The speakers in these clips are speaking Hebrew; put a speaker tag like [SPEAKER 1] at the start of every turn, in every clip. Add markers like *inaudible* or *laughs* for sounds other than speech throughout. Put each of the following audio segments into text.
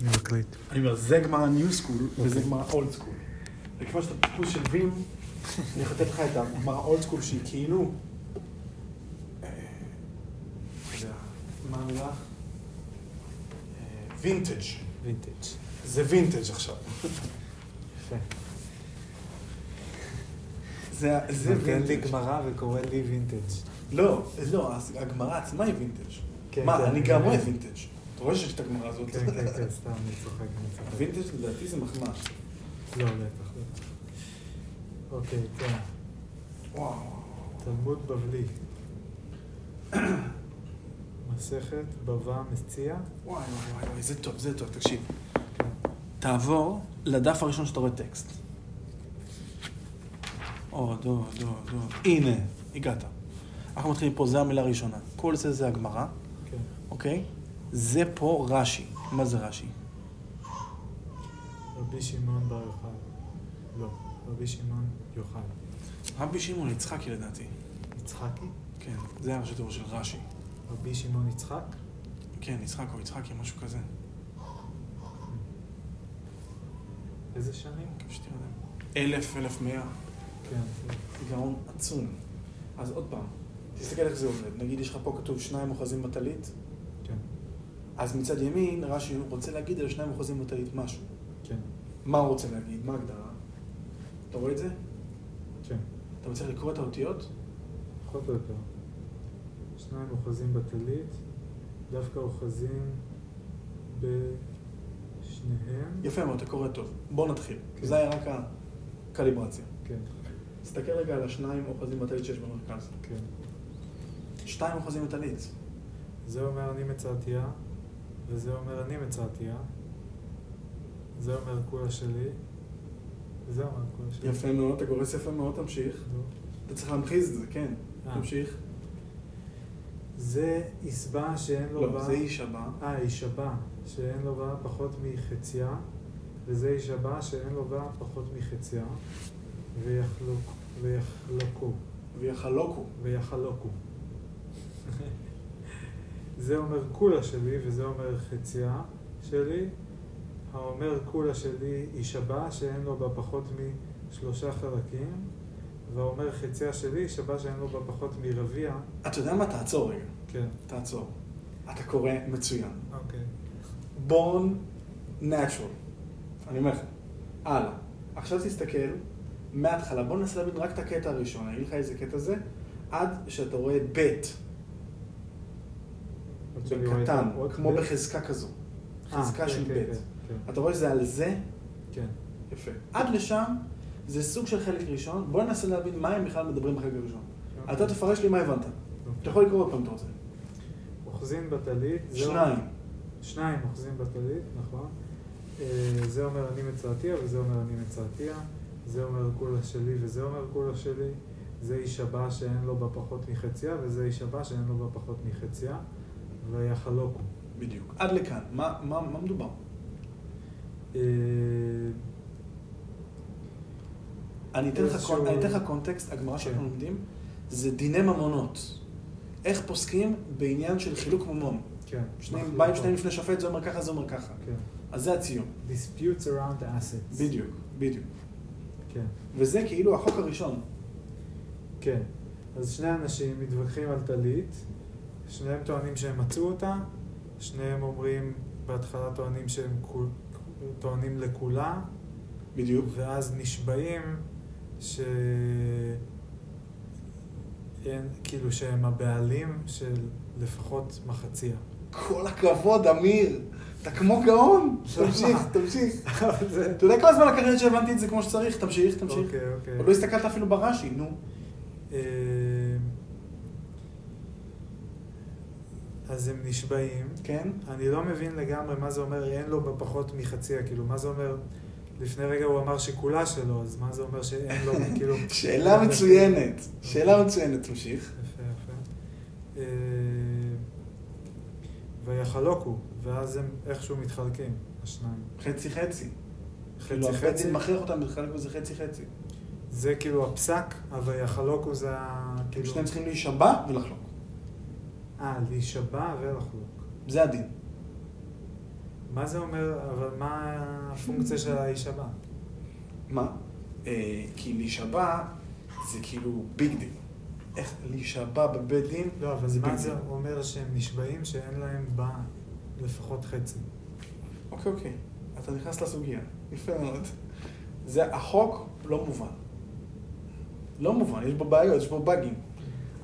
[SPEAKER 1] אני מקליט.
[SPEAKER 2] אני אומר, זה גמר ה-new school
[SPEAKER 1] אוקיי.
[SPEAKER 2] וזה גמר ה-old school. וכמו שאתה פלוס של וים, אני יכול לתת לך את הגמר ה-old school שהיא כאילו... אה, לא יודע, מה המילה? וינטג'.
[SPEAKER 1] וינטג'.
[SPEAKER 2] זה וינטג' עכשיו.
[SPEAKER 1] יפה.
[SPEAKER 2] זה זה
[SPEAKER 1] נותן לי
[SPEAKER 2] וינטג'.
[SPEAKER 1] גמרא וקורא לי וינטג'.
[SPEAKER 2] אוקיי. לא, לא, אז הגמרא עצמה היא וינטג'.
[SPEAKER 1] כן,
[SPEAKER 2] מה,
[SPEAKER 1] כן,
[SPEAKER 2] אני
[SPEAKER 1] כן.
[SPEAKER 2] גם רואה וינטג'. אתה רואה שיש את הגמרא הזאת.
[SPEAKER 1] כן, כן,
[SPEAKER 2] *laughs*
[SPEAKER 1] כן, סתם, אני צוחק, אני צוחק.
[SPEAKER 2] וינטג' לדעתי זה מחמאה.
[SPEAKER 1] לא, בטח, בטח. אוקיי, כן.
[SPEAKER 2] וואו.
[SPEAKER 1] תלמוד בבלי. מסכת בבא מציע.
[SPEAKER 2] וואי וואי וואי, וואי, זה טוב, זה טוב, תקשיב. תעבור לדף הראשון שאתה רואה טקסט. עוד, עוד, עוד, עוד. הנה, הגעת. אנחנו מתחילים פה, זה המילה הראשונה. כל זה זה הגמרא,
[SPEAKER 1] כן.
[SPEAKER 2] אוקיי? זה פה רש"י. מה זה רש"י?
[SPEAKER 1] רבי שמעון בר יוחאי. לא, רבי שמעון יוחאי.
[SPEAKER 2] רבי שמעון יצחקי לדעתי.
[SPEAKER 1] יצחקי?
[SPEAKER 2] כן, זה הראשי תיאור של רש"י.
[SPEAKER 1] רבי שמעון יצחק?
[SPEAKER 2] כן, יצחק או יצחקי, משהו כזה.
[SPEAKER 1] כן. איזה שנים?
[SPEAKER 2] מקווה שתראה כן, להם. אלף, אלף מאה.
[SPEAKER 1] כן.
[SPEAKER 2] גאון עצום. אז עוד פעם, תסתכל איך זה עובד. נגיד יש לך פה כתוב שניים אוחזים בטלית,
[SPEAKER 1] כן.
[SPEAKER 2] אז מצד ימין, רש"י רוצה להגיד על שניים אחוזים מטלית משהו.
[SPEAKER 1] כן.
[SPEAKER 2] מה הוא רוצה להגיד? מה ההגדרה? אתה רואה את זה?
[SPEAKER 1] כן.
[SPEAKER 2] אתה מצליח לקרוא את האותיות?
[SPEAKER 1] פחות או יותר. שניים אוחזים בטלית, דווקא אוחזים בשניהם.
[SPEAKER 2] יפה מאוד, אתה קורא טוב. בוא נתחיל.
[SPEAKER 1] כן.
[SPEAKER 2] זה היה רק הקליברציה.
[SPEAKER 1] כן,
[SPEAKER 2] תסתכל רגע על השניים אוחזים בטלית שיש במרכז.
[SPEAKER 1] כן.
[SPEAKER 2] שתיים אוחזים בטלית.
[SPEAKER 1] זה אומר אני מצאתיה, וזה אומר אני מצאתיה. זה אומר כולה שלי, וזה אומר כולה שלי.
[SPEAKER 2] יפה מאוד, אתה קורא ספר מאוד, תמשיך.
[SPEAKER 1] נו.
[SPEAKER 2] אתה צריך להמחיז את זה, כן.
[SPEAKER 1] אה.
[SPEAKER 2] תמשיך.
[SPEAKER 1] זה יסבע שאין לו
[SPEAKER 2] לא,
[SPEAKER 1] בה...
[SPEAKER 2] זה איש הבא.
[SPEAKER 1] אה, יישבע, שאין לו בה פחות מחציה, וזה יישבע שאין לו בה פחות מחציה, ויחלוק, ויחלוקו,
[SPEAKER 2] ויחלוקו.
[SPEAKER 1] ויחלוקו. *laughs* זה אומר כולה שלי, וזה אומר חציה שלי. האומר כולה שלי יישבע שאין לו בה פחות משלושה חלקים, והאומר חציה שלי יישבע שאין לו בה פחות מרביע.
[SPEAKER 2] אתה יודע מה? תעצור רגע.
[SPEAKER 1] כן.
[SPEAKER 2] תעצור. אתה קורא מצוין.
[SPEAKER 1] אוקיי.
[SPEAKER 2] born natural. אני אומר לך. הלאה. עכשיו תסתכל מההתחלה. בוא ננסה להבין רק את הקטע הראשון. אני אגיד לך איזה קטע זה, עד שאתה רואה בית, בקטן, כמו בחזקה כזו.
[SPEAKER 1] אה,
[SPEAKER 2] חזקה של בית. אתה רואה שזה על זה?
[SPEAKER 1] כן.
[SPEAKER 2] יפה. עד לשם זה סוג של חלק ראשון. בוא ננסה להבין מה הם בכלל מדברים בחלק הראשון.
[SPEAKER 1] אוקיי.
[SPEAKER 2] אתה תפרש לי מה הבנת. אתה יכול לקרוא עוד פעם אם אתה רוצה.
[SPEAKER 1] אוחזין בטלית. זה
[SPEAKER 2] שניים.
[SPEAKER 1] אומר- שניים אוחזין בטלית, נכון. אה, זה אומר אני מצאתיה וזה אומר אני מצאתיה. זה אומר כולה שלי וזה אומר כולה שלי. זה איש הבא שאין לו בה פחות מחציה וזה איש הבא שאין לו בה פחות מחציה. ויחלוקו.
[SPEAKER 2] בדיוק. עד לכאן. מה- מה מה מדובר?
[SPEAKER 1] אה,
[SPEAKER 2] אני אתן לך
[SPEAKER 1] איזשהו-
[SPEAKER 2] קונ- אני אתן לך קונטקסט, הגמרא שאנחנו
[SPEAKER 1] כן.
[SPEAKER 2] לומדים, זה דיני ממונות. איך פוסקים בעניין של חילוק ממון.
[SPEAKER 1] כן.
[SPEAKER 2] שניהם
[SPEAKER 1] מחלוקות.
[SPEAKER 2] באים שניים לפני שופט, זה אומר ככה, זה אומר ככה.
[SPEAKER 1] כן.
[SPEAKER 2] אז זה הציון.
[SPEAKER 1] disputes around assets.
[SPEAKER 2] בדיוק, בדיוק.
[SPEAKER 1] כן.
[SPEAKER 2] וזה כאילו החוק הראשון.
[SPEAKER 1] כן. אז שני אנשים מתווכחים על טלית, שניהם טוענים שהם מצאו אותה, שניהם אומרים, בהתחלה טוענים שהם כול- טוענים לכולה,
[SPEAKER 2] בדיוק.
[SPEAKER 1] ואז נשבעים ש... אין, כאילו שהם הבעלים של לפחות מחציה.
[SPEAKER 2] כל הכבוד, אמיר. אתה כמו
[SPEAKER 1] *laughs*
[SPEAKER 2] גאון. תמשיך, תמשיך.
[SPEAKER 1] אבל זה-
[SPEAKER 2] אתה יודע כמה זמן לקח לי עד שהבנתי את זה כמו שצריך? תמשיך, תמשיך.
[SPEAKER 1] אוקיי, אוקיי.
[SPEAKER 2] עוד לא הסתכלת אפילו ברש"י, נו.
[SPEAKER 1] *laughs* אמ, אז הם נשבעים.
[SPEAKER 2] כן?
[SPEAKER 1] אני לא מבין לגמרי מה זה אומר אין לו בה פחות מחציה, כאילו, מה זה אומר, לפני רגע הוא אמר שכולה שלו, אז מה זה אומר שאין
[SPEAKER 2] *laughs*
[SPEAKER 1] לו, כאילו...
[SPEAKER 2] שאלה מצוינת. *laughs* שאלה מצוינת, תמשיך.
[SPEAKER 1] יפה, יפה. אה, ויחלוקו, ואז הם איכשהו מתחלקים, השניים.
[SPEAKER 2] חצי חצי. כאילו,
[SPEAKER 1] חצי
[SPEAKER 2] הבית
[SPEAKER 1] חצי,
[SPEAKER 2] דין מכריח אותם לחלק בזה חצי חצי.
[SPEAKER 1] זה כאילו הפסק, ה"ויחלוקו" זה ה...
[SPEAKER 2] כאילו...
[SPEAKER 1] כאילו...
[SPEAKER 2] שניהם צריכים להישבע ולחלוק.
[SPEAKER 1] אה, להישבע ולחלוק.
[SPEAKER 2] זה הדין.
[SPEAKER 1] מה זה אומר, אבל מה הפונקציה של האיש הבא?
[SPEAKER 2] מה? אה, כי להישבע זה כאילו ביג דיל. איך להישבע בבית דין?
[SPEAKER 1] לא, אבל
[SPEAKER 2] זה
[SPEAKER 1] מה
[SPEAKER 2] ביג
[SPEAKER 1] זה
[SPEAKER 2] דיל.
[SPEAKER 1] אומר שהם נשבעים שאין להם בה לפחות חצי?
[SPEAKER 2] אוקיי, אוקיי. אתה נכנס לסוגיה. יפה מאוד. זה, החוק לא מובן. לא מובן, יש בו בעיות, יש בו באגים.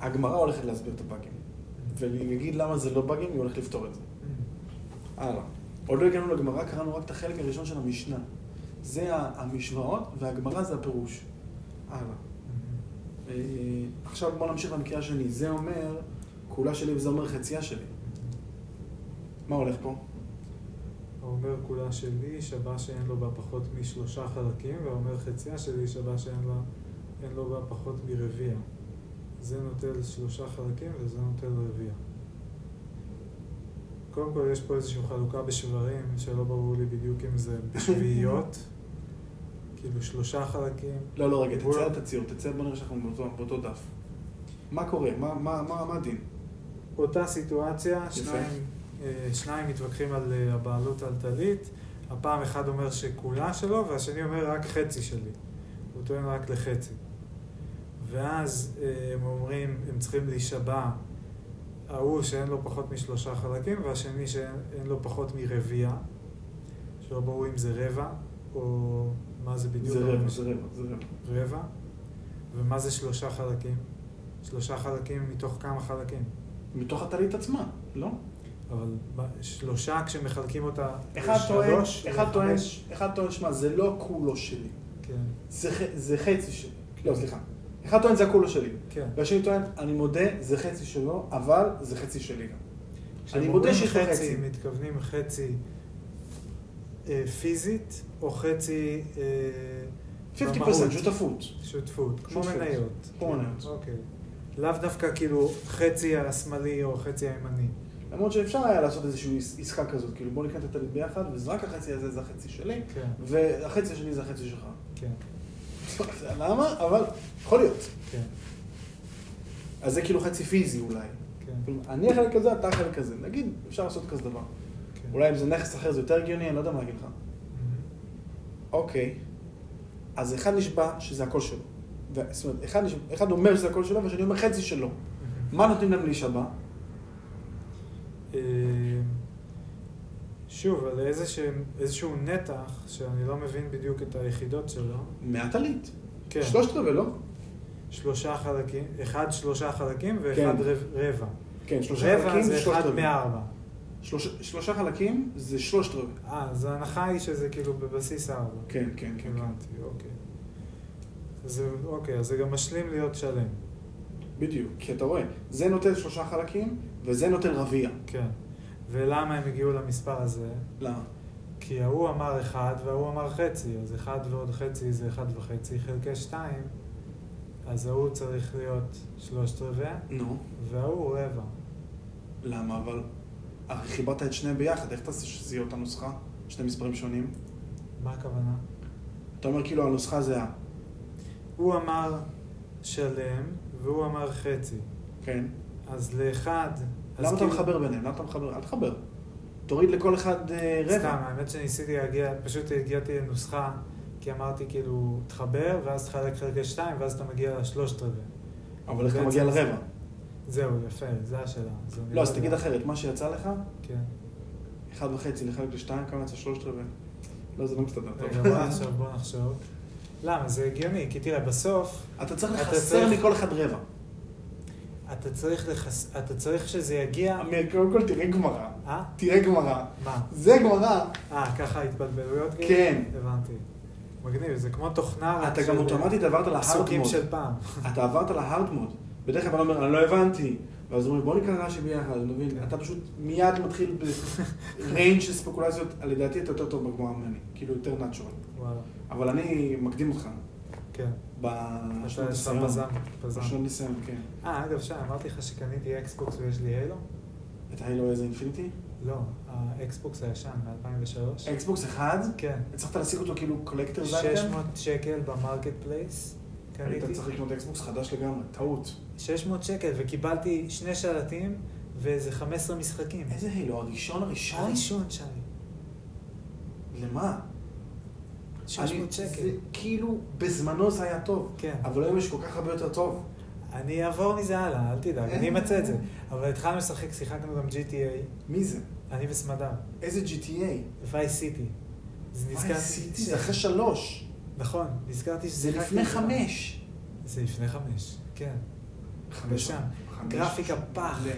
[SPEAKER 2] הגמרא הולכת להסביר את הבאגים. Mm-hmm. ולהגיד למה זה לא באגים, היא הולכת לפתור את זה.
[SPEAKER 1] Mm-hmm.
[SPEAKER 2] הלאה. עוד לא הגענו לגמרא, קראנו רק את החלק הראשון של המשנה. זה ה- המשוואות, והגמרא זה הפירוש. הלאה. אה, עכשיו בואו נמשיך למקרה השני. זה אומר, כולה שלי וזה אומר חציה שלי.
[SPEAKER 1] Mm-hmm.
[SPEAKER 2] מה הולך פה?
[SPEAKER 1] האומר כולה שלי, איש הבא שאין לו בה פחות משלושה חלקים, והאומר חציה שלי, איש הבא שאין לה, אין לו בה פחות מרביע. זה נוטל שלושה חלקים וזה נוטל רביע. קודם כל יש פה איזושהי חלוקה בשברים, שלא ברור לי בדיוק אם זה
[SPEAKER 2] *laughs*
[SPEAKER 1] בשביעיות, כאילו שלושה חלקים.
[SPEAKER 2] לא, לא, רגע,
[SPEAKER 1] ריבוע.
[SPEAKER 2] תצא אל תצהיר, תצא, בוא נראה שאנחנו באותו, באותו דף. מה קורה? מה, מה, מה, מה הדין?
[SPEAKER 1] אותה סיטואציה,
[SPEAKER 2] יפה.
[SPEAKER 1] שניים, אה, שניים מתווכחים על אה, הבעלות על טלית, הפעם אחד אומר שכולה שלו, והשני אומר רק חצי שלי. הוא טוען רק לחצי. ואז אה, הם אומרים, הם צריכים להישבע, ההוא שאין לו פחות משלושה חלקים, והשני שאין לו פחות מרביע, שלא ברור אם זה רבע, או מה זה בדיוק.
[SPEAKER 2] זה רבע, זה רבע, זה רבע.
[SPEAKER 1] רבע. ומה זה שלושה חלקים? שלושה חלקים מתוך כמה חלקים?
[SPEAKER 2] מתוך הטלית עצמה, לא?
[SPEAKER 1] אבל מה, שלושה כשמחלקים אותה אה,
[SPEAKER 2] אחד טוען,
[SPEAKER 1] לשלוש,
[SPEAKER 2] אחד טוען,
[SPEAKER 1] לחמש,
[SPEAKER 2] אחד טוען, שמע, זה לא כולו שלי,
[SPEAKER 1] כן,
[SPEAKER 2] זה, ח- זה חצי שלי. לא, סליחה. אחד טוען, זה הכולו שלי.
[SPEAKER 1] כן.
[SPEAKER 2] והשני טוען, אני מודה, זה חצי שלו, אבל זה חצי שלי גם.
[SPEAKER 1] כשאומרים
[SPEAKER 2] מודה שיש לו חצי.
[SPEAKER 1] חצי, מתכוונים חצי אה, פיזית או חצי אה,
[SPEAKER 2] 50% שותפות.
[SPEAKER 1] שותפות, כמו
[SPEAKER 2] שותפות.
[SPEAKER 1] מניות.
[SPEAKER 2] כמו מניות.
[SPEAKER 1] אוקיי. לאו דווקא כאילו חצי השמאלי או חצי הימני.
[SPEAKER 2] למרות שאפשר היה לעשות איזושהי עס- עסקה כזאת, כאילו בוא נקנה את הטלית ביחד, וזה רק החצי הזה זה החצי שלי,
[SPEAKER 1] כן.
[SPEAKER 2] והחצי השני זה החצי שלך. *laughs*
[SPEAKER 1] כן,
[SPEAKER 2] למה? אבל יכול להיות.
[SPEAKER 1] כן,
[SPEAKER 2] אז זה כאילו חצי פיזי אולי.
[SPEAKER 1] כן,
[SPEAKER 2] כלומר, אני החלק הזה, אתה החלק הזה. נגיד, אפשר לעשות כזה דבר.
[SPEAKER 1] כן.
[SPEAKER 2] אולי אם זה נכס אחר זה יותר הגיוני, אני לא יודע מה להגיד לך.
[SPEAKER 1] Mhm.
[SPEAKER 2] אוקיי. אז אחד נשבע שזה הכל שלו. ו- זאת אומרת, אחד, נשבע, אחד אומר שזה הכל שלו, והשני אומר חצי שלו. מה נותנים להם להישבע?
[SPEAKER 1] אה, שוב, על איזשהם- איזשהו נתח שאני לא מבין בדיוק את היחידות שלו.
[SPEAKER 2] מהטלית.
[SPEAKER 1] כן,
[SPEAKER 2] שלושת רבעי, לא?
[SPEAKER 1] שלושה חלקים, אחד שלושה חלקים
[SPEAKER 2] כן.
[SPEAKER 1] ואחד רב- רבע.
[SPEAKER 2] כן, שלושה
[SPEAKER 1] רבע
[SPEAKER 2] חלקים
[SPEAKER 1] זה
[SPEAKER 2] זה שלושת
[SPEAKER 1] אחד
[SPEAKER 2] רבעי.
[SPEAKER 1] מארבע.
[SPEAKER 2] שלושה- שלושה חלקים זה שלושת רבעי.
[SPEAKER 1] אה, אז ההנחה היא שזה כאילו בבסיס ארבע.
[SPEAKER 2] כן, כן, כן. כן.
[SPEAKER 1] הבנתי, אוקיי. זה, אוקיי, אז זה גם משלים להיות שלם.
[SPEAKER 2] בדיוק. כי אתה רואה, זה נוטל שלושה חלקים, וזה נוטל רביע.
[SPEAKER 1] כן. ולמה הם הגיעו למספר הזה?
[SPEAKER 2] למה?
[SPEAKER 1] כי ההוא אמר אחד וההוא אמר חצי, אז אחד ועוד חצי זה אחד וחצי חלקי שתיים, אז ההוא צריך להיות שלושת רבעי,
[SPEAKER 2] נו.
[SPEAKER 1] וההוא רבע.
[SPEAKER 2] למה? אבל הרי חיברת את שניהם ביחד, איך תעשה שזה יהיה אותה נוסחה? שני מספרים שונים?
[SPEAKER 1] מה הכוונה?
[SPEAKER 2] אתה אומר כאילו הנוסחה זה ה...
[SPEAKER 1] הוא אמר שלם והוא אמר חצי.
[SPEAKER 2] כן.
[SPEAKER 1] אז לאחד... אז
[SPEAKER 2] למה אתה
[SPEAKER 1] כאילו-
[SPEAKER 2] מחבר ביניהם? למה אתה מחבר? אל תחבר. תוריד לכל אחד אה,
[SPEAKER 1] סתם,
[SPEAKER 2] רבע.
[SPEAKER 1] האמת שניסיתי להגיע, פשוט הגעתי לנוסחה, כי אמרתי כאילו, תחבר, ואז תחלק חלקי שתיים, ואז אתה מגיע לשלושת רבעי.
[SPEAKER 2] אבל איך אתה
[SPEAKER 1] בעצם
[SPEAKER 2] מגיע
[SPEAKER 1] זה-
[SPEAKER 2] לרבע?
[SPEAKER 1] זהו, יפה, זה השאלה. אז אני
[SPEAKER 2] לא, אז
[SPEAKER 1] יודע.
[SPEAKER 2] תגיד אחרת, מה שיצא לך,
[SPEAKER 1] כן.
[SPEAKER 2] אחד וחצי לחלק לשתיים, כמה יצא שלושת רבעי? לא, זה לא מסתדר
[SPEAKER 1] רגע,
[SPEAKER 2] טוב.
[SPEAKER 1] בוא עכשיו, בוא נחשוב. למה? זה הגיוני, כי תראה, בסוף
[SPEAKER 2] אתה צריך
[SPEAKER 1] אתה
[SPEAKER 2] לחסר
[SPEAKER 1] צריך-
[SPEAKER 2] מכל אחד רבע.
[SPEAKER 1] אתה צריך לחס... אתה צריך שזה יגיע...
[SPEAKER 2] אמיר, קודם כל תראה גמרא.
[SPEAKER 1] אה?
[SPEAKER 2] תראה גמרא.
[SPEAKER 1] מה?
[SPEAKER 2] זה גמרא.
[SPEAKER 1] אה, ככה התבלבלויות? כאילו?
[SPEAKER 2] כן.
[SPEAKER 1] הבנתי. מגניב, זה כמו תוכנה... רק
[SPEAKER 2] אתה גם
[SPEAKER 1] של- אה,
[SPEAKER 2] אוטומטית עברת להארד
[SPEAKER 1] פסוקים
[SPEAKER 2] מוד.
[SPEAKER 1] של פעם.
[SPEAKER 2] אתה עברת להארד מוד. בדרך כלל אתה אומר, אני לא הבנתי. ואז אומרים, בוא נקרא רש"י ביחד, אתה מבין? אתה פשוט מיד מתחיל
[SPEAKER 1] *laughs*
[SPEAKER 2] בריינג' של ספקולציות, לדעתי אתה יותר טוב בגמרא ממני, כאילו יותר נאצ'ורל.
[SPEAKER 1] וואלה,
[SPEAKER 2] אבל אני מקדים אותך.
[SPEAKER 1] כן. אתה יש לך
[SPEAKER 2] בשנות ניסיון.
[SPEAKER 1] פזם, פזם.
[SPEAKER 2] בשנות ניסיון, כן.
[SPEAKER 1] אה, אגב, שי, אמרתי לך שקניתי אקסבוקס ויש לי הילו?
[SPEAKER 2] את הילו איזה אינפיניטי?
[SPEAKER 1] לא, האקסבוקס הישן מ-2003.
[SPEAKER 2] אקסבוקס אחד,
[SPEAKER 1] כן.
[SPEAKER 2] הצלחת להשיג אותו כאילו קולקטר זייטם?
[SPEAKER 1] 600 שקל במרקט פלייס,
[SPEAKER 2] היית
[SPEAKER 1] קניתי.
[SPEAKER 2] צריך לקנות אקסבוקס חדש לגמרי, טעות.
[SPEAKER 1] 600 שקל, וקיבלתי שני שלטים ואיזה 15 משחקים.
[SPEAKER 2] איזה הילו? הראשון הראשון?
[SPEAKER 1] הראשון שי.
[SPEAKER 2] שלמה.
[SPEAKER 1] 600
[SPEAKER 2] אני-
[SPEAKER 1] שקל.
[SPEAKER 2] זה כאילו, בזמנו זה היה טוב.
[SPEAKER 1] כן.
[SPEAKER 2] אבל היום יש כל כך הרבה יותר טוב.
[SPEAKER 1] אני אעבור מזה הלאה, אל תדאג, אני אמצא את זה. אבל התחלנו לשחק, שיחקנו גם GTA,
[SPEAKER 2] מי זה?
[SPEAKER 1] אני וסמדר,
[SPEAKER 2] איזה GTA?
[SPEAKER 1] וי סיטי. אז נזכרתי...
[SPEAKER 2] זה אחרי שלוש.
[SPEAKER 1] נכון, נזכרתי שזה...
[SPEAKER 2] זה לפני חמש.
[SPEAKER 1] זה לפני חמש, כן.
[SPEAKER 2] חמש
[SPEAKER 1] שם.
[SPEAKER 2] חמש.
[SPEAKER 1] גרפיקה פח.
[SPEAKER 2] ל-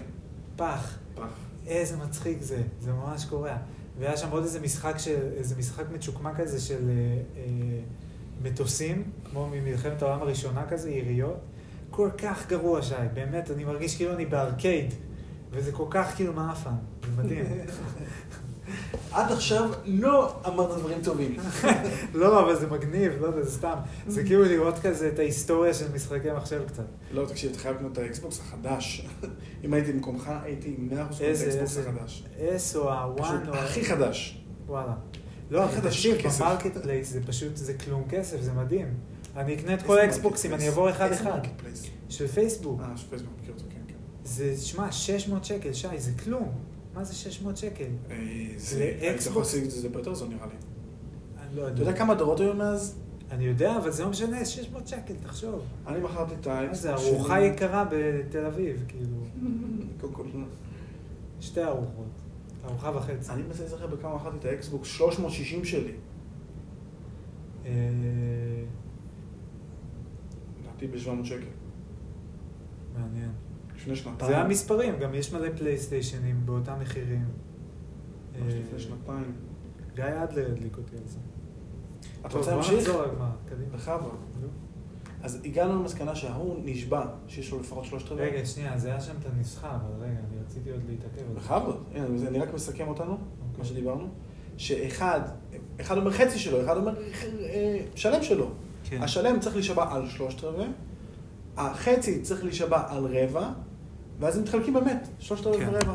[SPEAKER 1] פח,
[SPEAKER 2] פח.
[SPEAKER 1] איזה מצחיק זה, זה ממש קורע. והיה שם עוד איזה משחק, של, איזה משחק מצ'וקמק כזה של אה, אה, מטוסים, כמו ממלחמת העולם הראשונה כזה, יריות. כל כך גרוע, שי, באמת, אני מרגיש כאילו אני בארקייד, וזה כל כך כאילו מעפן, זה
[SPEAKER 2] *laughs*
[SPEAKER 1] מדהים.
[SPEAKER 2] עד עכשיו לא אמרת דברים טובים. *laughs*
[SPEAKER 1] לא, אבל זה מגניב, לא יודע, זה סתם. זה כאילו לראות כזה את ההיסטוריה של משחקי מחשב קצת.
[SPEAKER 2] לא, תקשיב, אתה חייב לקנות את האקסבוקס החדש. *laughs* אם הייתי במקומך, הייתי עם 100% קונה את
[SPEAKER 1] איזה,
[SPEAKER 2] האקסבוקס
[SPEAKER 1] איזה,
[SPEAKER 2] החדש.
[SPEAKER 1] אס או
[SPEAKER 2] פשוט
[SPEAKER 1] הוואן או...
[SPEAKER 2] הכי חדש.
[SPEAKER 1] וואלה. לא,
[SPEAKER 2] איך אתה
[SPEAKER 1] תקשיב,
[SPEAKER 2] תשקיע כסף?
[SPEAKER 1] במרקט פלייס זה פשוט, זה כלום כסף, זה מדהים. אני אקנה את כל
[SPEAKER 2] איזה
[SPEAKER 1] האקסבוקסים,
[SPEAKER 2] מרקט
[SPEAKER 1] אני אעבור
[SPEAKER 2] פלייס?
[SPEAKER 1] אחד
[SPEAKER 2] איזה
[SPEAKER 1] אחד.
[SPEAKER 2] מרקט פלייס?
[SPEAKER 1] של פייסבוק.
[SPEAKER 2] אה, שפייסבוק מכיר אותו, כן, כן.
[SPEAKER 1] זה, שמע, 600 שקל, שי, זה כלום. מה זה 600 שקל?
[SPEAKER 2] אה,
[SPEAKER 1] זה
[SPEAKER 2] זה, היית יכול
[SPEAKER 1] אקסבוקס?
[SPEAKER 2] להשיג את זה ביותר זול נראה לי.
[SPEAKER 1] אני לא
[SPEAKER 2] אתה יודע
[SPEAKER 1] יודע.
[SPEAKER 2] כמה דורות היו מאז?
[SPEAKER 1] אני יודע, אבל זה לא משנה, 600 שקל, תחשוב.
[SPEAKER 2] אני מכרתי את
[SPEAKER 1] מה
[SPEAKER 2] האקסבוקס
[SPEAKER 1] זה, ארוחה יקרה בתל אביב, כאילו.
[SPEAKER 2] קודם כל, לא.
[SPEAKER 1] שתי ארוחות. ארוחה וחצי.
[SPEAKER 2] אני מנסה להיזכר בכמה מכרתי את האקסבוקס 360 שלי.
[SPEAKER 1] אה,
[SPEAKER 2] לדעתי ב-700 שקל.
[SPEAKER 1] מעניין.
[SPEAKER 2] לפני שנתיים.
[SPEAKER 1] זה המספרים, גם יש מלא פלייסטיישנים באותם מחירים.
[SPEAKER 2] ממש
[SPEAKER 1] אה,
[SPEAKER 2] לפני שנתיים.
[SPEAKER 1] גיא אדלר הדליק אותי על זה.
[SPEAKER 2] אתה
[SPEAKER 1] אה, טוב,
[SPEAKER 2] רוצה
[SPEAKER 1] בוא
[SPEAKER 2] להמשיך?
[SPEAKER 1] נחזור לגמר, קדימה.
[SPEAKER 2] בכבוד. אז הגענו למסקנה שההוא נשבע, שיש לו לפחות שלושת רבעי.
[SPEAKER 1] רגע, שנייה, אז היה שם את הנוסחה, אבל רגע, אני רציתי עוד להתעכב על זה.
[SPEAKER 2] בכבוד. הנה, זה- אני רק מסכם אותנו, מה
[SPEAKER 1] אוקיי.
[SPEAKER 2] שדיברנו. שאחד, אחד אומר חצי שלו, אחד אומר אה, שלם שלו.
[SPEAKER 1] כן.
[SPEAKER 2] השלם צריך להישבע על שלושת רבעי, החצי צריך להישבע על רבע, ואז הם מתחלקים באמת, שלושת רבעי
[SPEAKER 1] כן.
[SPEAKER 2] ורבע.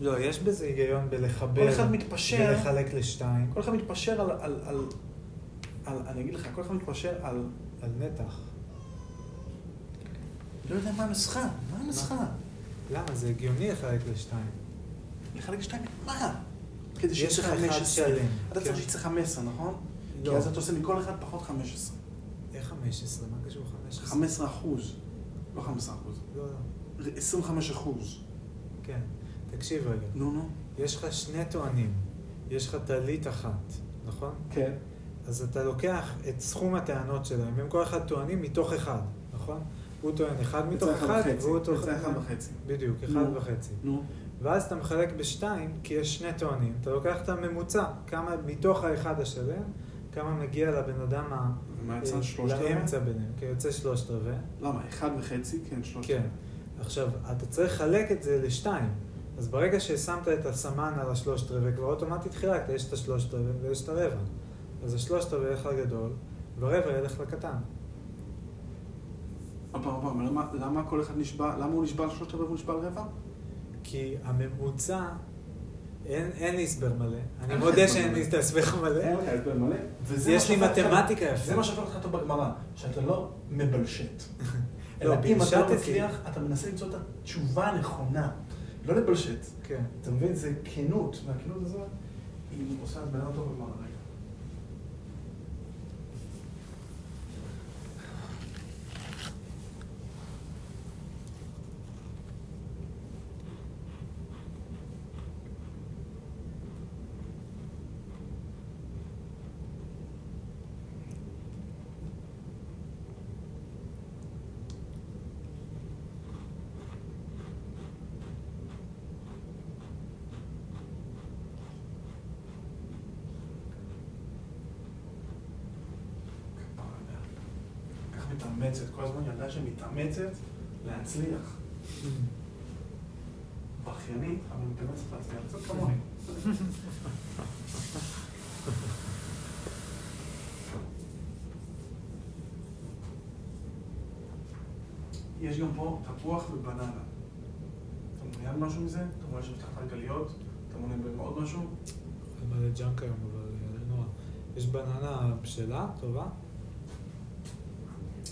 [SPEAKER 1] לא, יש בזה היגיון בלחבר.
[SPEAKER 2] כל אחד מתפשר.
[SPEAKER 1] ולחלק לשתיים.
[SPEAKER 2] כל אחד מתפשר על, על, על, על, אני אגיד לך, כל אחד מתפשר על,
[SPEAKER 1] על נתח.
[SPEAKER 2] לא יודע מה הנוסחה, מה הנוסחה?
[SPEAKER 1] למה? זה הגיוני לחלק לשתיים.
[SPEAKER 2] לחלק שתיים, מה? כדי
[SPEAKER 1] יש
[SPEAKER 2] שיש
[SPEAKER 1] לך אחד
[SPEAKER 2] 15.
[SPEAKER 1] שלם,
[SPEAKER 2] אתה
[SPEAKER 1] כן.
[SPEAKER 2] צריך שיצא 15, נכון?
[SPEAKER 1] לא.
[SPEAKER 2] כי אז אתה עושה מכל אחד פחות 15.
[SPEAKER 1] איך 15? מה קשור 15?
[SPEAKER 2] 15 אחוז. לא 15 אחוז.
[SPEAKER 1] לא, לא.
[SPEAKER 2] 25 אחוז.
[SPEAKER 1] כן. תקשיב רגע.
[SPEAKER 2] נו, נו.
[SPEAKER 1] יש לך שני טוענים. יש לך טלית אחת, נכון?
[SPEAKER 2] כן.
[SPEAKER 1] אז אתה לוקח את סכום הטענות שלהם, הם כל אחד טוענים מתוך אחד, נכון? הוא טוען אחד מתוך
[SPEAKER 2] יצא
[SPEAKER 1] אחד,
[SPEAKER 2] אחד וחצי.
[SPEAKER 1] והוא טוען...
[SPEAKER 2] יצא אחד וחצי.
[SPEAKER 1] בדיוק, אחד
[SPEAKER 2] נו.
[SPEAKER 1] וחצי.
[SPEAKER 2] נו.
[SPEAKER 1] ואז אתה מחלק בשתיים, כי יש שני טוענים. אתה לוקח את הממוצע, כמה מתוך האחד השלם, כמה מגיע לבן אדם ה...
[SPEAKER 2] ומה יצא?
[SPEAKER 1] אה,
[SPEAKER 2] שלושת רבעי?
[SPEAKER 1] לאמצע ביניהם, כי יוצא שלושת רבעי.
[SPEAKER 2] למה? אחד וחצי? כן, שלושת.
[SPEAKER 1] כן. עכשיו, אתה צריך לחלק את זה לשתיים. אז ברגע ששמת את הסמן על השלושת רבעי, כבר אוטומטית חילקת, יש את השלושת רבעי ויש את הרבע. אז השלושת רבעי ילך לגדול, והרבע ילך לקטן.
[SPEAKER 2] עוד פעם, עוד פעם, למה- למה כל אחד נשבע? למה הוא נשבע על שלושת רבעי והוא נשבע על רבע?
[SPEAKER 1] כי הממוצע, אין, אין לי הסבר מלא. אני
[SPEAKER 2] אין
[SPEAKER 1] מודה
[SPEAKER 2] הסבר
[SPEAKER 1] שאין
[SPEAKER 2] מלא.
[SPEAKER 1] לי את ההסבר מלא. אוקיי.
[SPEAKER 2] לך הסבר מלא. וזה
[SPEAKER 1] יש
[SPEAKER 2] מה
[SPEAKER 1] לי
[SPEAKER 2] שהופך אותך-
[SPEAKER 1] מתמטיקה יפה.
[SPEAKER 2] זה מה שהופך אותך טוב בגמרא, שאתה לא
[SPEAKER 1] *laughs*
[SPEAKER 2] מבלשט.
[SPEAKER 1] לא,
[SPEAKER 2] אלא אם אתה לא
[SPEAKER 1] בלשטתי.
[SPEAKER 2] מצליח, אתה מנסה למצוא את התשובה הנכונה. לא לבלשט.
[SPEAKER 1] כן.
[SPEAKER 2] אתה מבין? זה כנות, והכנות הזאת, היא עושה בן אדם טוב בגמרא. רגע. כפרה עליה. כל כך מתאמצת, כל הזמן ילדה שמתאמצת להצליח. בכיינית, אבל לא מתאמצת להצליח. קצת
[SPEAKER 1] כן.
[SPEAKER 2] כמוני. יש גם פה תפוח ובננה. אתה מעוניין משהו מזה? אתה מעוניין שפתחת רגליות? אתה מעוניין בעוד משהו?
[SPEAKER 1] זה מלא ג'אנק היום, אבל אה, לא נורא. יש בננה בשלה, טובה.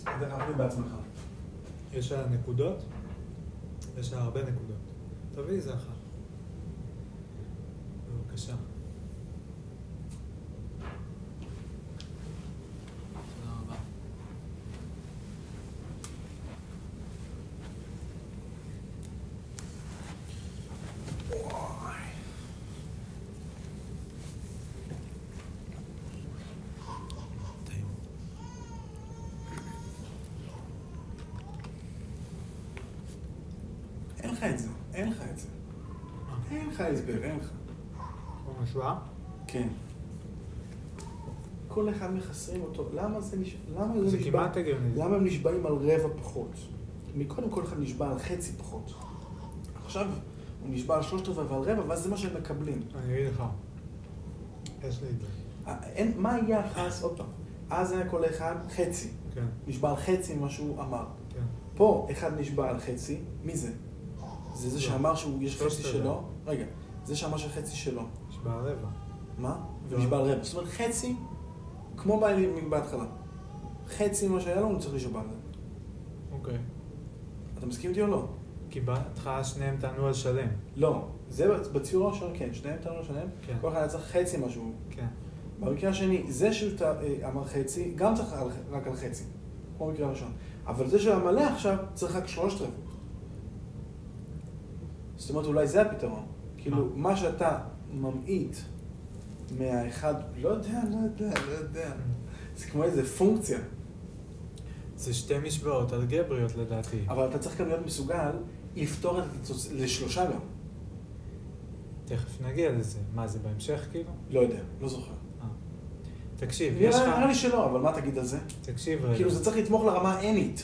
[SPEAKER 2] אתה תעבוד בעצמך.
[SPEAKER 1] יש לה נקודות. יש לה הרבה נקודות. תביא לי זה אחת. בבקשה.
[SPEAKER 2] לך את זה, אין לך את זה. אין לך הסבר, אין לך.
[SPEAKER 1] הוא משוואה?
[SPEAKER 2] כן. כל אחד מחסרים אותו. למה זה נשבע? למה
[SPEAKER 1] זה
[SPEAKER 2] נשבע-
[SPEAKER 1] כמעט הגיוני.
[SPEAKER 2] למה הם נשבעים על רבע פחות? מקודם כל אחד נשבע על חצי פחות. עכשיו הוא נשבע על שלושת רבעי ועל רבע, ואז זה מה שהם מקבלים.
[SPEAKER 1] אני אגיד לך, יש לי את זה.
[SPEAKER 2] אה, אין, מה יהיה החס? עוד פעם. אז היה כל אחד חצי.
[SPEAKER 1] כן,
[SPEAKER 2] נשבע על חצי ממה שהוא אמר.
[SPEAKER 1] כן.
[SPEAKER 2] פה אחד נשבע על חצי, מי זה? זה זה
[SPEAKER 1] לא.
[SPEAKER 2] שאמר שהוא יש
[SPEAKER 1] שלושת
[SPEAKER 2] חצי
[SPEAKER 1] רבעי.
[SPEAKER 2] שלו? רגע, זה שאמר שחצי שלו.
[SPEAKER 1] נשבע רבע.
[SPEAKER 2] מה?
[SPEAKER 1] לא.
[SPEAKER 2] ונשבע על רבע. זאת אומרת, חצי, כמו בעלי- בהתחלה. חצי ממה שהיה לו, הוא צריך להישבע על זה.
[SPEAKER 1] אוקיי.
[SPEAKER 2] אתה מסכים איתי או לא?
[SPEAKER 1] כי בהתחלה שניהם טענו על שלם.
[SPEAKER 2] לא. זה בציור הראשון, כן, שניהם טענו שלהם.
[SPEAKER 1] כן.
[SPEAKER 2] כל אחד היה צריך חצי משהו.
[SPEAKER 1] כן.
[SPEAKER 2] במקרה השני, זה שהוא ט- אה, אמר חצי, גם צריך על- רק על חצי. כמו במקרה הראשון. אבל זה שהוא היה מלא עכשיו, צריך רק שלושת רבעי. זאת אומרת, אולי זה הפתרון. כאילו, מה שאתה ממעיט מהאחד, לא יודע, לא יודע, לא יודע. זה כמו איזה פונקציה.
[SPEAKER 1] זה שתי משוואות אלגבריות לדעתי.
[SPEAKER 2] אבל אתה צריך גם להיות מסוגל לפתור את התוצ... לשלושה גם.
[SPEAKER 1] תכף נגיע לזה. מה, זה בהמשך כאילו?
[SPEAKER 2] לא יודע, לא זוכר.
[SPEAKER 1] אה. תקשיב, יש
[SPEAKER 2] נראה נראה לי
[SPEAKER 1] לך...
[SPEAKER 2] שלא, אבל מה תגיד על זה?
[SPEAKER 1] תקשיב רגע.
[SPEAKER 2] כאילו, זה צריך לתמוך לרמה Nית.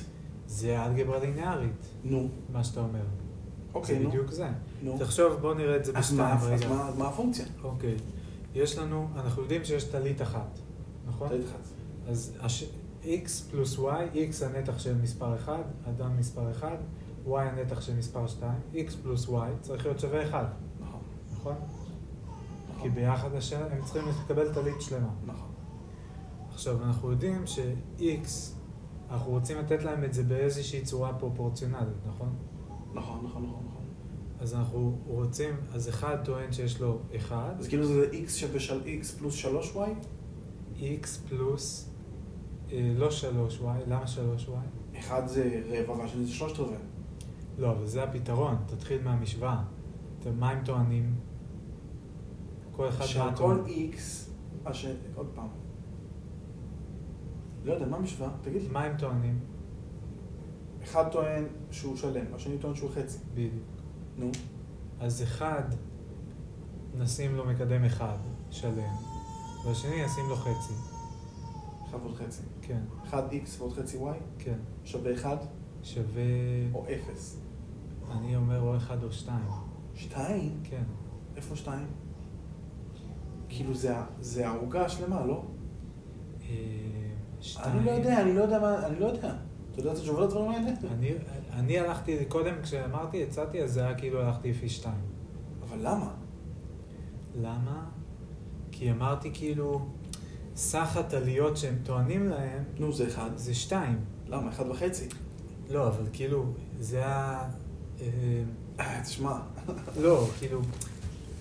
[SPEAKER 1] זה אלגברה לינארית,
[SPEAKER 2] נו.
[SPEAKER 1] מה שאתה אומר.
[SPEAKER 2] אוקיי,
[SPEAKER 1] זה
[SPEAKER 2] נו.
[SPEAKER 1] בדיוק זה.
[SPEAKER 2] נו.
[SPEAKER 1] תחשוב, בוא נראה את זה
[SPEAKER 2] אז
[SPEAKER 1] בשתיים
[SPEAKER 2] מה- אז
[SPEAKER 1] רגע.
[SPEAKER 2] מה- אז מה הפונקציה?
[SPEAKER 1] אוקיי. יש לנו, אנחנו יודעים שיש טלית אחת, נכון?
[SPEAKER 2] אתה איתך.
[SPEAKER 1] אז הש... x פלוס y, x הנתח של מספר 1, אדם מספר 1, y הנתח של מספר 2, x פלוס y צריך להיות שווה 1,
[SPEAKER 2] נכון.
[SPEAKER 1] נכון? כי
[SPEAKER 2] נכון.
[SPEAKER 1] ביחד השאלה, הם צריכים לקבל טלית שלמה.
[SPEAKER 2] נכון.
[SPEAKER 1] עכשיו, אנחנו יודעים ש-x, אנחנו רוצים לתת להם את זה באיזושהי צורה פרופורציונלית, נכון?
[SPEAKER 2] נכון, נכון, נכון, נכון.
[SPEAKER 1] אז אנחנו רוצים, אז אחד טוען שיש לו 1,
[SPEAKER 2] אז כאילו זה x שווה של x פלוס 3y?
[SPEAKER 1] x פלוס, אה, לא 3y, למה 3y?
[SPEAKER 2] אחד זה רבע והשני זה שלושת רבעי.
[SPEAKER 1] לא, אבל זה הפתרון, תתחיל מהמשוואה. אתה- מה הם טוענים? כל אחד מה
[SPEAKER 2] שהכל
[SPEAKER 1] טוען.
[SPEAKER 2] x, הש... עוד פעם. לא יודע, מה המשוואה? תגיד לי.
[SPEAKER 1] מה הם טוענים?
[SPEAKER 2] אחד טוען שהוא שלם, השני טוען שהוא חצי.
[SPEAKER 1] בדיוק.
[SPEAKER 2] נו.
[SPEAKER 1] אז אחד, נשים לו מקדם אחד, שלם, והשני ישים לו חצי.
[SPEAKER 2] אחד ועוד חצי.
[SPEAKER 1] כן,
[SPEAKER 2] אחד x ועוד חצי y
[SPEAKER 1] כן.
[SPEAKER 2] שווה 1
[SPEAKER 1] שווה,
[SPEAKER 2] או 0.
[SPEAKER 1] אני אומר או אחד או שתיים.
[SPEAKER 2] 2?
[SPEAKER 1] כן.
[SPEAKER 2] איפה 2? כאילו זה, ה- זה העוגה השלמה, לא?
[SPEAKER 1] אה, שתיים.
[SPEAKER 2] אני לא יודע, אני לא יודע מה, אני לא יודע. אתה יודע את התשובה לדברים האלה?
[SPEAKER 1] אני, אני הלכתי, קודם כשאמרתי, הצעתי, אז זה היה כאילו הלכתי לפי שתיים.
[SPEAKER 2] אבל למה?
[SPEAKER 1] למה? כי אמרתי כאילו, סך הטליות שהם טוענים להם
[SPEAKER 2] נו, זה 1.
[SPEAKER 1] זה שתיים.
[SPEAKER 2] למה? 1 וחצי. לא.
[SPEAKER 1] לא, אבל כאילו, זה ה... אה,
[SPEAKER 2] תשמע,
[SPEAKER 1] לא, כאילו,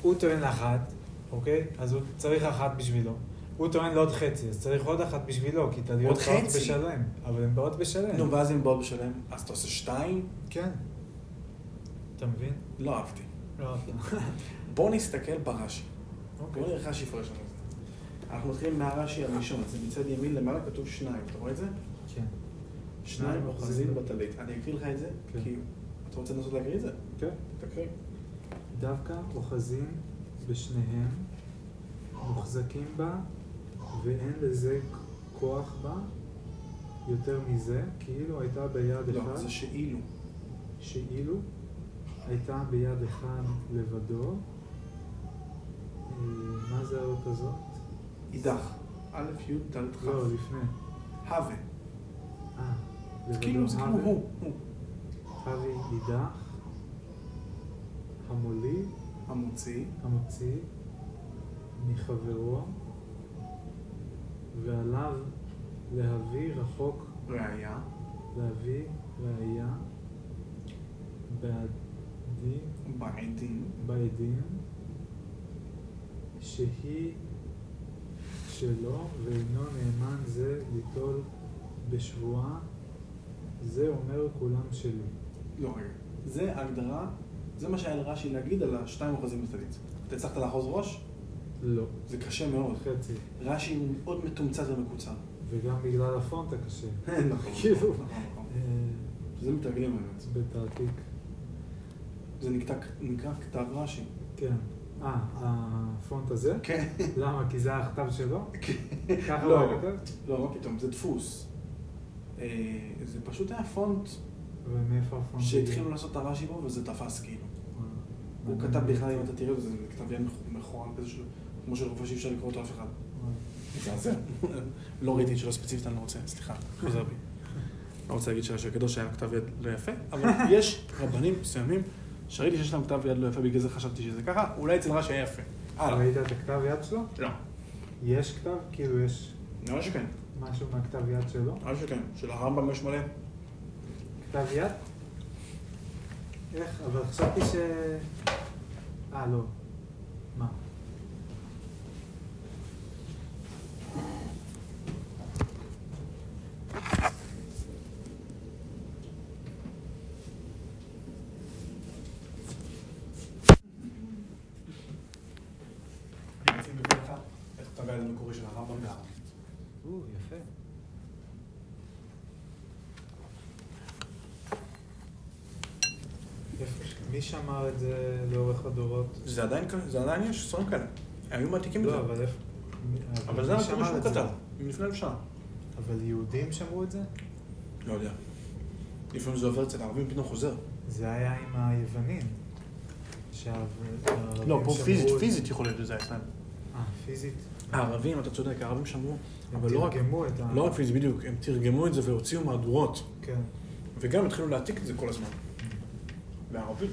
[SPEAKER 1] הוא טוען לאחת, אוקיי? אז הוא צריך אחת בשבילו. הוא טוען לעוד חצי, אז צריך עוד אחת בשבילו, כי טליות
[SPEAKER 2] עוד
[SPEAKER 1] באות
[SPEAKER 2] חצי?
[SPEAKER 1] בשלם. אבל הן באות בשלם.
[SPEAKER 2] נו, ואז אם בוב שלם, אז אתה עושה 2?
[SPEAKER 1] כן. אתה מבין?
[SPEAKER 2] לא אהבתי.
[SPEAKER 1] לא, *laughs*
[SPEAKER 2] בוא נסתכל ברש"י.
[SPEAKER 1] אוקיי.
[SPEAKER 2] בוא נראה רש"י יפרש לנו את זה. אנחנו מתחילים מהרש"י הראשון, זה מצד ימין למעלה כתוב שניים, אתה רואה את זה?
[SPEAKER 1] כן.
[SPEAKER 2] שניים אוחזים בטלית. אני אקריא לך את זה,
[SPEAKER 1] כן.
[SPEAKER 2] כי אתה רוצה לנסות להקריא את זה?
[SPEAKER 1] כן.
[SPEAKER 2] תקריא.
[SPEAKER 1] דווקא אוחזים בשניהם, מוחזקים בה, ואין לזה כוח בה יותר מזה, כאילו הייתה ביד
[SPEAKER 2] לא,
[SPEAKER 1] אחד,
[SPEAKER 2] זה שאילו.
[SPEAKER 1] שאילו הייתה ביד אחד לבדו. אה, מה זה האות הזאת?
[SPEAKER 2] אידך. א', י', ד', כ'.
[SPEAKER 1] לא, לפני.
[SPEAKER 2] הווה.
[SPEAKER 1] אה, לבדו.
[SPEAKER 2] כאילו, זה כאילו
[SPEAKER 1] הווה.
[SPEAKER 2] הוא. הוא.
[SPEAKER 1] הווי יידח, המוליד,
[SPEAKER 2] המוציא.
[SPEAKER 1] המוציא מחברו ועליו להביא רחוק,
[SPEAKER 2] ראיה.
[SPEAKER 1] להביא ראייה בעדים,
[SPEAKER 2] בעדים.
[SPEAKER 1] בעדים שהיא שלו ואינו נאמן זה ליטול בשבועה זה אומר כולם שלי.
[SPEAKER 2] לא, רגע. זה הגדרה, זה מה שהיה לרש"י להגיד על השתיים אחוזים בטלית. אתה הצלחת לאחוז ראש?
[SPEAKER 1] לא.
[SPEAKER 2] זה קשה מאוד.
[SPEAKER 1] חצי.
[SPEAKER 2] רש"י הוא מאוד מתומצת ומקוצר.
[SPEAKER 1] וגם בגלל הפונט
[SPEAKER 2] *laughs*
[SPEAKER 1] הקשה.
[SPEAKER 2] נכון,
[SPEAKER 1] כאילו.
[SPEAKER 2] נכון, נכון.
[SPEAKER 1] אה,
[SPEAKER 2] זה מתרגלים באמת.
[SPEAKER 1] בתעתיק.
[SPEAKER 2] זה נקרא- נקרא כתב רש"י.
[SPEAKER 1] כן. אה, הפונט הזה?
[SPEAKER 2] כן.
[SPEAKER 1] למה? כי זה הכתב שלו? ככה הוא
[SPEAKER 2] לא,
[SPEAKER 1] היה כותב?
[SPEAKER 2] לא, מה פתאום, זה דפוס. אה, זה פשוט היה פונט
[SPEAKER 1] ומאיפה הפונט? אה,
[SPEAKER 2] שהתחילו לעשות את הרש"י בו וזה תפס כאילו. הוא כתב
[SPEAKER 1] לא
[SPEAKER 2] בכלל, אם אתה תראה, את זה זה כתב יד מכוער כזה, של- כמו של רופא שאי אפשר לקרוא אותו אף אחד. מזעזע. לא ראיתי את שלו ספציפית, אני לא רוצה, סליחה, חוזר בי. לא רוצה להגיד שהיה הקדוש היה לו כתב יד לא יפה, *laughs* אבל יש רבנים מסוימים שראיתי שיש להם כתב יד לא יפה, בגלל זה חשבתי שזה ככה, אולי אצל רש"י היה יפה. הלאה.
[SPEAKER 1] ראית את הכתב יד שלו?
[SPEAKER 2] לא.
[SPEAKER 1] יש כתב? כאילו יש
[SPEAKER 2] נראה שכן,
[SPEAKER 1] משהו מהכתב יד שלו?
[SPEAKER 2] נראה שכן. של הרמב"ם יש מלא.
[SPEAKER 1] כתב יד? איך? אבל חשבתי ש... אה, לא. מה?
[SPEAKER 2] אני רוצה לבדוק לך את כתב היד המקורי של הרמב"ם בהר.
[SPEAKER 1] או, יפה. יפה. מי שמר את זה לאורך הדורות?
[SPEAKER 2] זה עדיין כ- זה עדיין יש, ספרים כאלה. היו מעתיקים את זה.
[SPEAKER 1] לא, אבל איפה? מי-
[SPEAKER 2] אבל זה
[SPEAKER 1] מי
[SPEAKER 2] המקורי
[SPEAKER 1] שמר
[SPEAKER 2] שהוא
[SPEAKER 1] את זה?
[SPEAKER 2] כתב, מלפני אלף שנה.
[SPEAKER 1] אבל יהודים שמרו את זה?
[SPEAKER 2] לא יודע. לפעמים זה עובר אצל הערבים, פתאום חוזר.
[SPEAKER 1] זה היה עם היוונים. שהערבים
[SPEAKER 2] לא, פה
[SPEAKER 1] שמרו
[SPEAKER 2] פיזית,
[SPEAKER 1] את-
[SPEAKER 2] פיזית יכול אה, להיות שזה אצלם.
[SPEAKER 1] אה, פיזית.
[SPEAKER 2] הערבים, אתה צודק, הערבים שמרו,
[SPEAKER 1] הם
[SPEAKER 2] אבל לא רק,
[SPEAKER 1] תרגמו את ה...
[SPEAKER 2] לא רק פיזית, בדיוק, הם תרגמו את זה והוציאו מהדורות,
[SPEAKER 1] כן.
[SPEAKER 2] וגם התחילו להעתיק את זה כל הזמן. בערבית.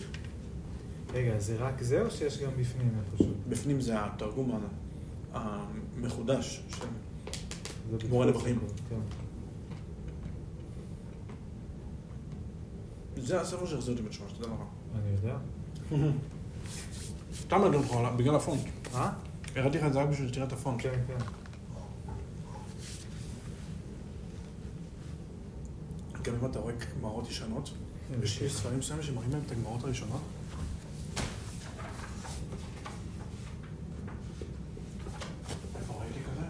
[SPEAKER 1] רגע, זה רק זה או שיש גם בפנים איפשהו?
[SPEAKER 2] בפנים זה התרגום ה- המחודש. של-
[SPEAKER 1] זה בטוח
[SPEAKER 2] מורה נבוכים.
[SPEAKER 1] כן.
[SPEAKER 2] זה הספר שהחזיר אותי בתשובה, תודה
[SPEAKER 1] *laughs*
[SPEAKER 2] רבה.
[SPEAKER 1] אני יודע.
[SPEAKER 2] סתם אני לך עליו, בגלל הפונט.
[SPEAKER 1] אה?
[SPEAKER 2] הראיתי לך את זה רק בשביל שתראה את הפונט.
[SPEAKER 1] כן, כן.
[SPEAKER 2] גם אם כן, אתה רואה גמרות ישנות, יש יש ספרים מסוימים שמראים להם את הגמרות הראשונות. איפה ראיתי כזה?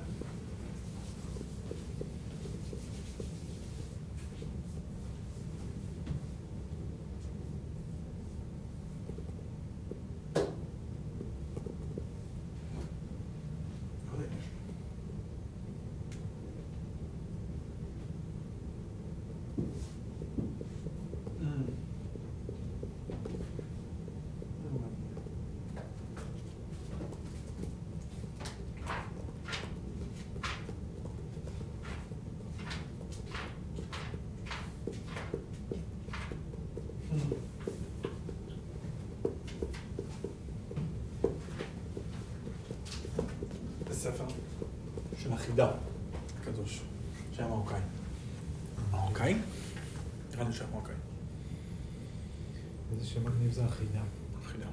[SPEAKER 2] לא יודע, יש. זה ספר של החידה הקדוש, שהיה מרוקאי. מרוקאי? נראה לי שהיה מרוקאי.
[SPEAKER 1] איזה שם מגניב זה החידה.
[SPEAKER 2] החידה,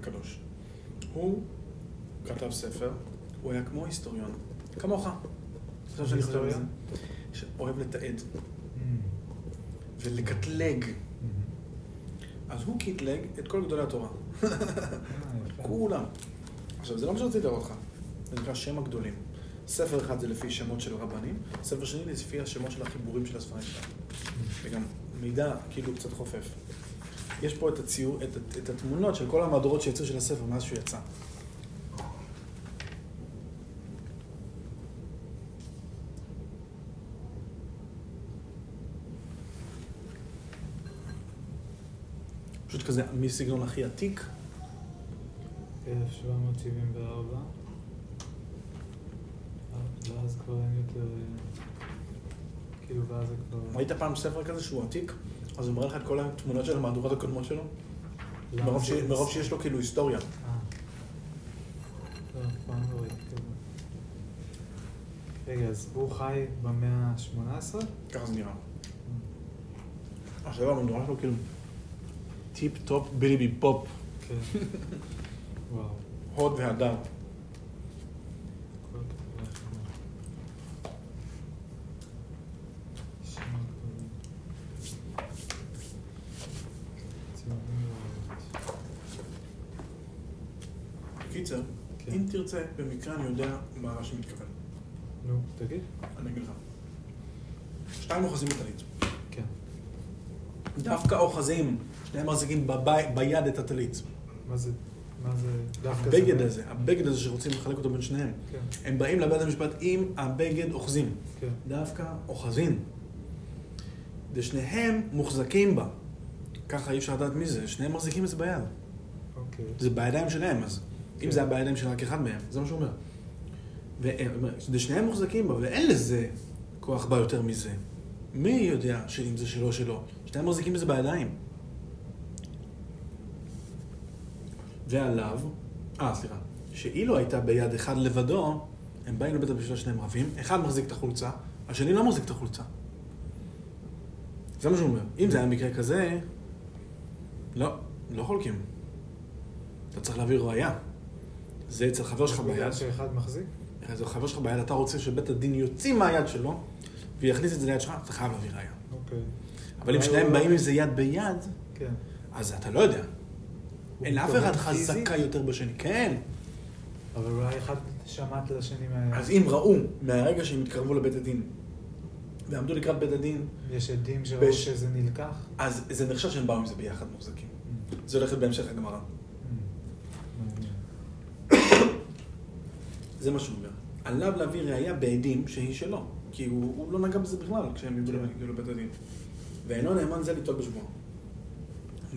[SPEAKER 2] הקדוש. הוא כתב ספר, הוא היה כמו היסטוריון, כמוך. עכשיו שאני חושב על זה.
[SPEAKER 1] היסטוריון?
[SPEAKER 2] שאוהב לתעד Mm. ולקטלג.
[SPEAKER 1] Mm-hmm.
[SPEAKER 2] אז הוא קטלג את כל גדולי התורה. כולם. עכשיו, זה לא מה שרציתי להראות לך. זה נקרא שם הגדולים. ספר אחד זה לפי שמות של רבנים, ספר שני זה לפי השמות של החיבורים של הספרים שלהם. וגם מידע כאילו קצת חופף. יש פה את הציור, את, את התמונות של כל המהדורות שיצאו של הספר מאז שהוא יצא. פשוט כזה מסגנון הכי עתיק
[SPEAKER 1] 1774. אה, ואז כבר אין יותר... אה, כאילו, ואז זה כבר...
[SPEAKER 2] ראית פעם ספר כזה שהוא עתיק, אז הוא מראה לך את כל התמונות של המהדורות הקודמות שלו?
[SPEAKER 1] למה
[SPEAKER 2] מרוב, ש...
[SPEAKER 1] זה-
[SPEAKER 2] מרוב שיש לו כאילו היסטוריה.
[SPEAKER 1] אה. לא, אף פעם לא ראיתי כזה. רגע, אז הוא חי במאה
[SPEAKER 2] *laughs*
[SPEAKER 1] ה-18?
[SPEAKER 2] ככה זה נראה. עכשיו המהדורה שלו כאילו טיפ טופ בילי בי פופ,
[SPEAKER 1] כן. וואו.
[SPEAKER 2] הוד והדר.
[SPEAKER 1] כל הכבוד לך. שם הגדולים. ציוניות.
[SPEAKER 2] בקיצר,
[SPEAKER 1] כן.
[SPEAKER 2] אם תרצה, במקרה אני יודע מה רש"י מתכוון.
[SPEAKER 1] נו, תגיד.
[SPEAKER 2] אני אגיד לך. שתיים אוחזים בטלית.
[SPEAKER 1] כן.
[SPEAKER 2] דווקא אוחזים, שניהם מחזיקים בבי- ביד את הטלית.
[SPEAKER 1] מה זה, מה זה דווקא זה?
[SPEAKER 2] הבגד הזה, הבגד הזה שרוצים לחלק אותו בין שניהם.
[SPEAKER 1] כן,
[SPEAKER 2] הם באים לבית המשפט עם הבגד אוחזים.
[SPEAKER 1] כן.
[SPEAKER 2] דווקא אוחזין. ושניהם מוחזקים בה. ככה אי אפשר לדעת מי זה, שניהם מחזיקים את זה ביד.
[SPEAKER 1] אוקיי.
[SPEAKER 2] זה בידיים שלהם, אז
[SPEAKER 1] כן.
[SPEAKER 2] אם זה היה בידיים של רק אחד מהם, זה מה שהוא אומר. ושניהם מוחזקים בה, ואין לזה כוח בא יותר מזה. מי יודע שאם זה שלו, שלו? שניהם מחזיקים את זה בידיים. ועליו, אה, סליחה, שאילו הייתה ביד אחד לבדו, הם באים לבית המשפט שניהם רבים, אחד מחזיק את החולצה, השני לא מחזיק את החולצה. זה מה שהוא אומר. אם זה היה מקרה כזה, לא, לא חולקים. אתה צריך להביא ראייה. זה אצל חבר לא שלך ביד,
[SPEAKER 1] בגלל שאחד מחזיק?
[SPEAKER 2] אז החבר שלך ביד, אתה רוצה שבית הדין יוציא מהיד שלו ויכניס את זה ליד שלך, אתה חייב להביא ראייה.
[SPEAKER 1] אוקיי.
[SPEAKER 2] אבל אם
[SPEAKER 1] אולי
[SPEAKER 2] שניהם
[SPEAKER 1] הוא לא-
[SPEAKER 2] באים עם זה יד ביד,
[SPEAKER 1] כן.
[SPEAKER 2] אז אתה לא יודע.
[SPEAKER 1] הוא
[SPEAKER 2] אין לאף
[SPEAKER 1] מתכוון
[SPEAKER 2] אחד
[SPEAKER 1] פיזית?
[SPEAKER 2] חזקה יותר בשני. כן.
[SPEAKER 1] אבל אולי אחד שמט לשני מה...
[SPEAKER 2] אז אם ראו מהרגע שהם התקרבו לבית הדין ועמדו לקראת בית הדין,
[SPEAKER 1] יש עדים שראו
[SPEAKER 2] בש- Mm.
[SPEAKER 1] שזה נלקח?
[SPEAKER 2] אז זה נחשב שהם באו עם זה ביחד מוחזקים.
[SPEAKER 1] Mm,
[SPEAKER 2] זה הולכת בהמשך הגמרא.
[SPEAKER 1] mm. מעניין.
[SPEAKER 2] זה מה שהוא אומר. עליו להביא ראייה בעדים שהיא שלו, כי הוא, הוא לא נגע בזה בכלל כשהם
[SPEAKER 1] כן.
[SPEAKER 2] הגיעו לב- הגיעו לבית הדין. ואינו נאמן זה ליטול בשבוע.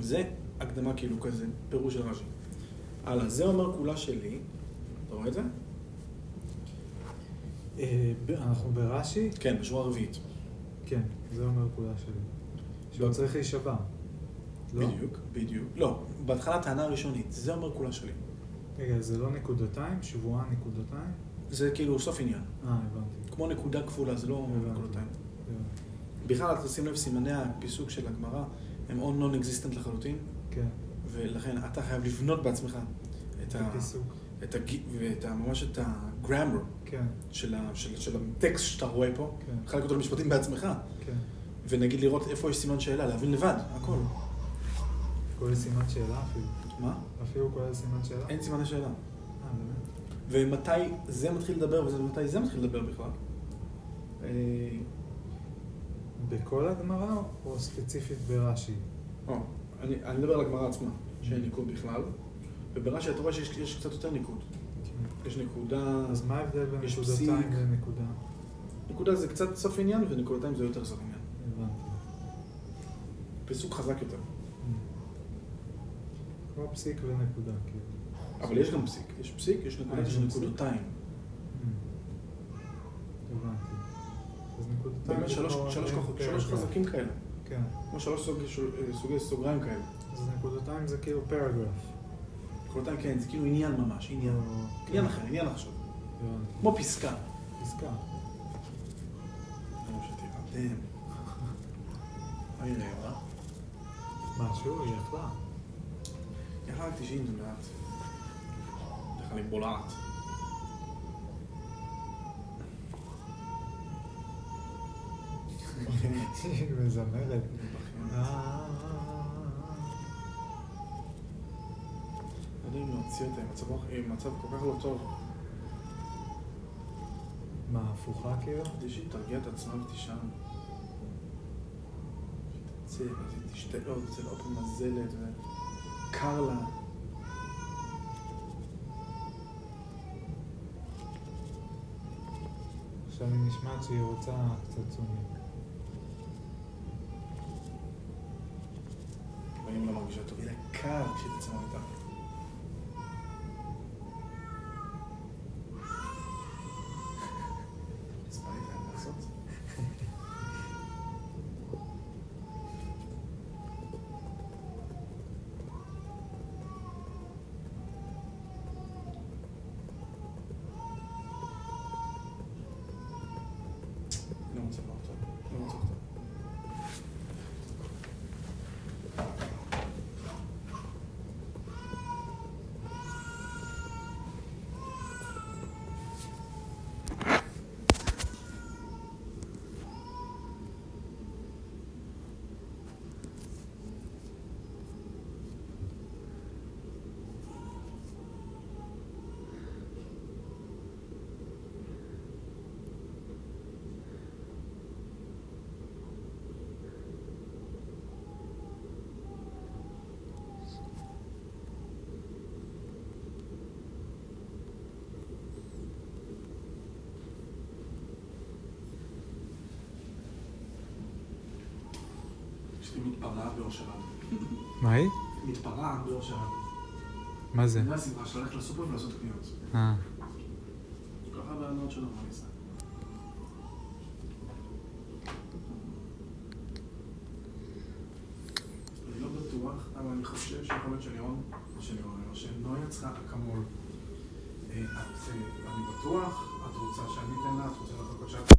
[SPEAKER 2] זה הקדמה כאילו כזה, פירוש של רש"י. הלאה, זה אומר כולה שלי, אתה רואה את זה?
[SPEAKER 1] אה, ב- אנחנו ברש"י?
[SPEAKER 2] כן, בשורה הרביעית.
[SPEAKER 1] כן, זה אומר כולה שלי. שהוא
[SPEAKER 2] לא.
[SPEAKER 1] צריך להישבע. לא?
[SPEAKER 2] בדיוק, בדיוק. לא, בהתחלה טענה ראשונית, זה אומר כולה שלי.
[SPEAKER 1] רגע, זה לא נקודתיים? שבועה נקודתיים?
[SPEAKER 2] זה כאילו סוף עניין.
[SPEAKER 1] אה, הבנתי.
[SPEAKER 2] כמו נקודה כפולה, זה לא
[SPEAKER 1] הבנתי.
[SPEAKER 2] נקודתיים.
[SPEAKER 1] הבנתי.
[SPEAKER 2] בכלל, אתה שים לב, סימני הפיסוק של הגמרא הם או non-existent לחלוטין,
[SPEAKER 1] כן,
[SPEAKER 2] ולכן אתה חייב לבנות בעצמך את
[SPEAKER 1] זה
[SPEAKER 2] ה...
[SPEAKER 1] פיסוק.
[SPEAKER 2] את הג... ואת ה... ממש את הגרמר
[SPEAKER 1] כן,
[SPEAKER 2] של, ה... של... של הטקסט שאתה רואה פה,
[SPEAKER 1] כן.
[SPEAKER 2] חלק אותו למשפטים בעצמך,
[SPEAKER 1] כן.
[SPEAKER 2] ונגיד לראות איפה יש סימן שאלה, להבין לבד, הכל.
[SPEAKER 1] כולל סימן שאלה אפילו.
[SPEAKER 2] מה?
[SPEAKER 1] אפילו כולל סימן שאלה?
[SPEAKER 2] אין סימני שאלה.
[SPEAKER 1] אה, באמת?
[SPEAKER 2] ומתי זה מתחיל לדבר ומתי זה מתחיל לדבר בכלל. אה,
[SPEAKER 1] בכל הגמרא או ספציפית ברש"י?
[SPEAKER 2] או, אני, אני מדבר על הגמרא עצמה,
[SPEAKER 1] Mm-hmm.
[SPEAKER 2] שאין ניקוד בכלל, וברש"י אתה רואה שיש יש קצת יותר ניקוד. יש נקודה,
[SPEAKER 1] אז מה ההבדל בין
[SPEAKER 2] יש
[SPEAKER 1] נקודתיים
[SPEAKER 2] פסיק.
[SPEAKER 1] לנקודה?
[SPEAKER 2] נקודה זה קצת סוף עניין ונקודתיים זה יותר סוף עניין.
[SPEAKER 1] הבנתי.
[SPEAKER 2] פסוק חזק יותר.
[SPEAKER 1] כמו פסיק ונקודה, כאילו.
[SPEAKER 2] אבל יש גם פסיק, יש פסיק, יש נקודה,
[SPEAKER 1] אה,
[SPEAKER 2] יש
[SPEAKER 1] יש גם פסיק.
[SPEAKER 2] נקודתיים.
[SPEAKER 1] Hmm. הבנתי. אז נקודתיים...
[SPEAKER 2] באמת
[SPEAKER 1] זה
[SPEAKER 2] שלוש,
[SPEAKER 1] כמו-
[SPEAKER 2] שלוש, כוחות,
[SPEAKER 1] כן,
[SPEAKER 2] שלוש
[SPEAKER 1] כן.
[SPEAKER 2] חזקים כאלה,
[SPEAKER 1] כן.
[SPEAKER 2] כמו שלוש סוג, של- סוגי סוגריים כאלה.
[SPEAKER 1] אז נקודתיים זה כאילו פרגרף.
[SPEAKER 2] נקודתיים כן, זה כאילו עניין ממש, עניין.
[SPEAKER 1] אה, כן.
[SPEAKER 2] עניין אחר, עניין עכשיו.
[SPEAKER 1] הבנתי.
[SPEAKER 2] כמו פסקה.
[SPEAKER 1] פסקה.
[SPEAKER 2] אני חושב שתירדם. אוי רעבה.
[SPEAKER 1] משהו, היא
[SPEAKER 2] *laughs*
[SPEAKER 1] יכלה.
[SPEAKER 2] יחד 90 זה מעט. לך לי
[SPEAKER 1] *laughs*
[SPEAKER 2] בולעת.
[SPEAKER 1] היא מזמרת. אה,
[SPEAKER 2] לא יודע אם להוציא אותה, היא מצב- היא מצב כל כך לא טוב.
[SPEAKER 1] מה, הפוכה כאילו?
[SPEAKER 2] כדי שהיא תרגיע את עצמה ותישן. תצא, אז היא תשתה עוד, זה לא פעם מזלת, וקר לה.
[SPEAKER 1] עכשיו היא נשמעת שהיא רוצה קצת צומי.
[SPEAKER 2] אבל אם לא מרגישה טוב, יהיה לה קר כשהיא תצא מהמיטה. אז מה ניתן לעשות? לא מצב לא טוב, לא מצב טוב. היא מתפרעה באור שבת.
[SPEAKER 1] מה היא?
[SPEAKER 2] מתפרעה באור שבת.
[SPEAKER 1] מה זה?
[SPEAKER 2] זה הסדרה שהולכת לסופר ולעשות קניות.
[SPEAKER 1] אה,
[SPEAKER 2] כל כך הרבה הנאות שלו, מה אני אעשה? אני לא בטוח, אבל אני חושב שיכול להיות שלירון, או שלירון, או שנויה צריכה אקמול. אה, את, אה, אני בטוח, את רוצה שאני אתן לה, את רוצה לחכות שאת...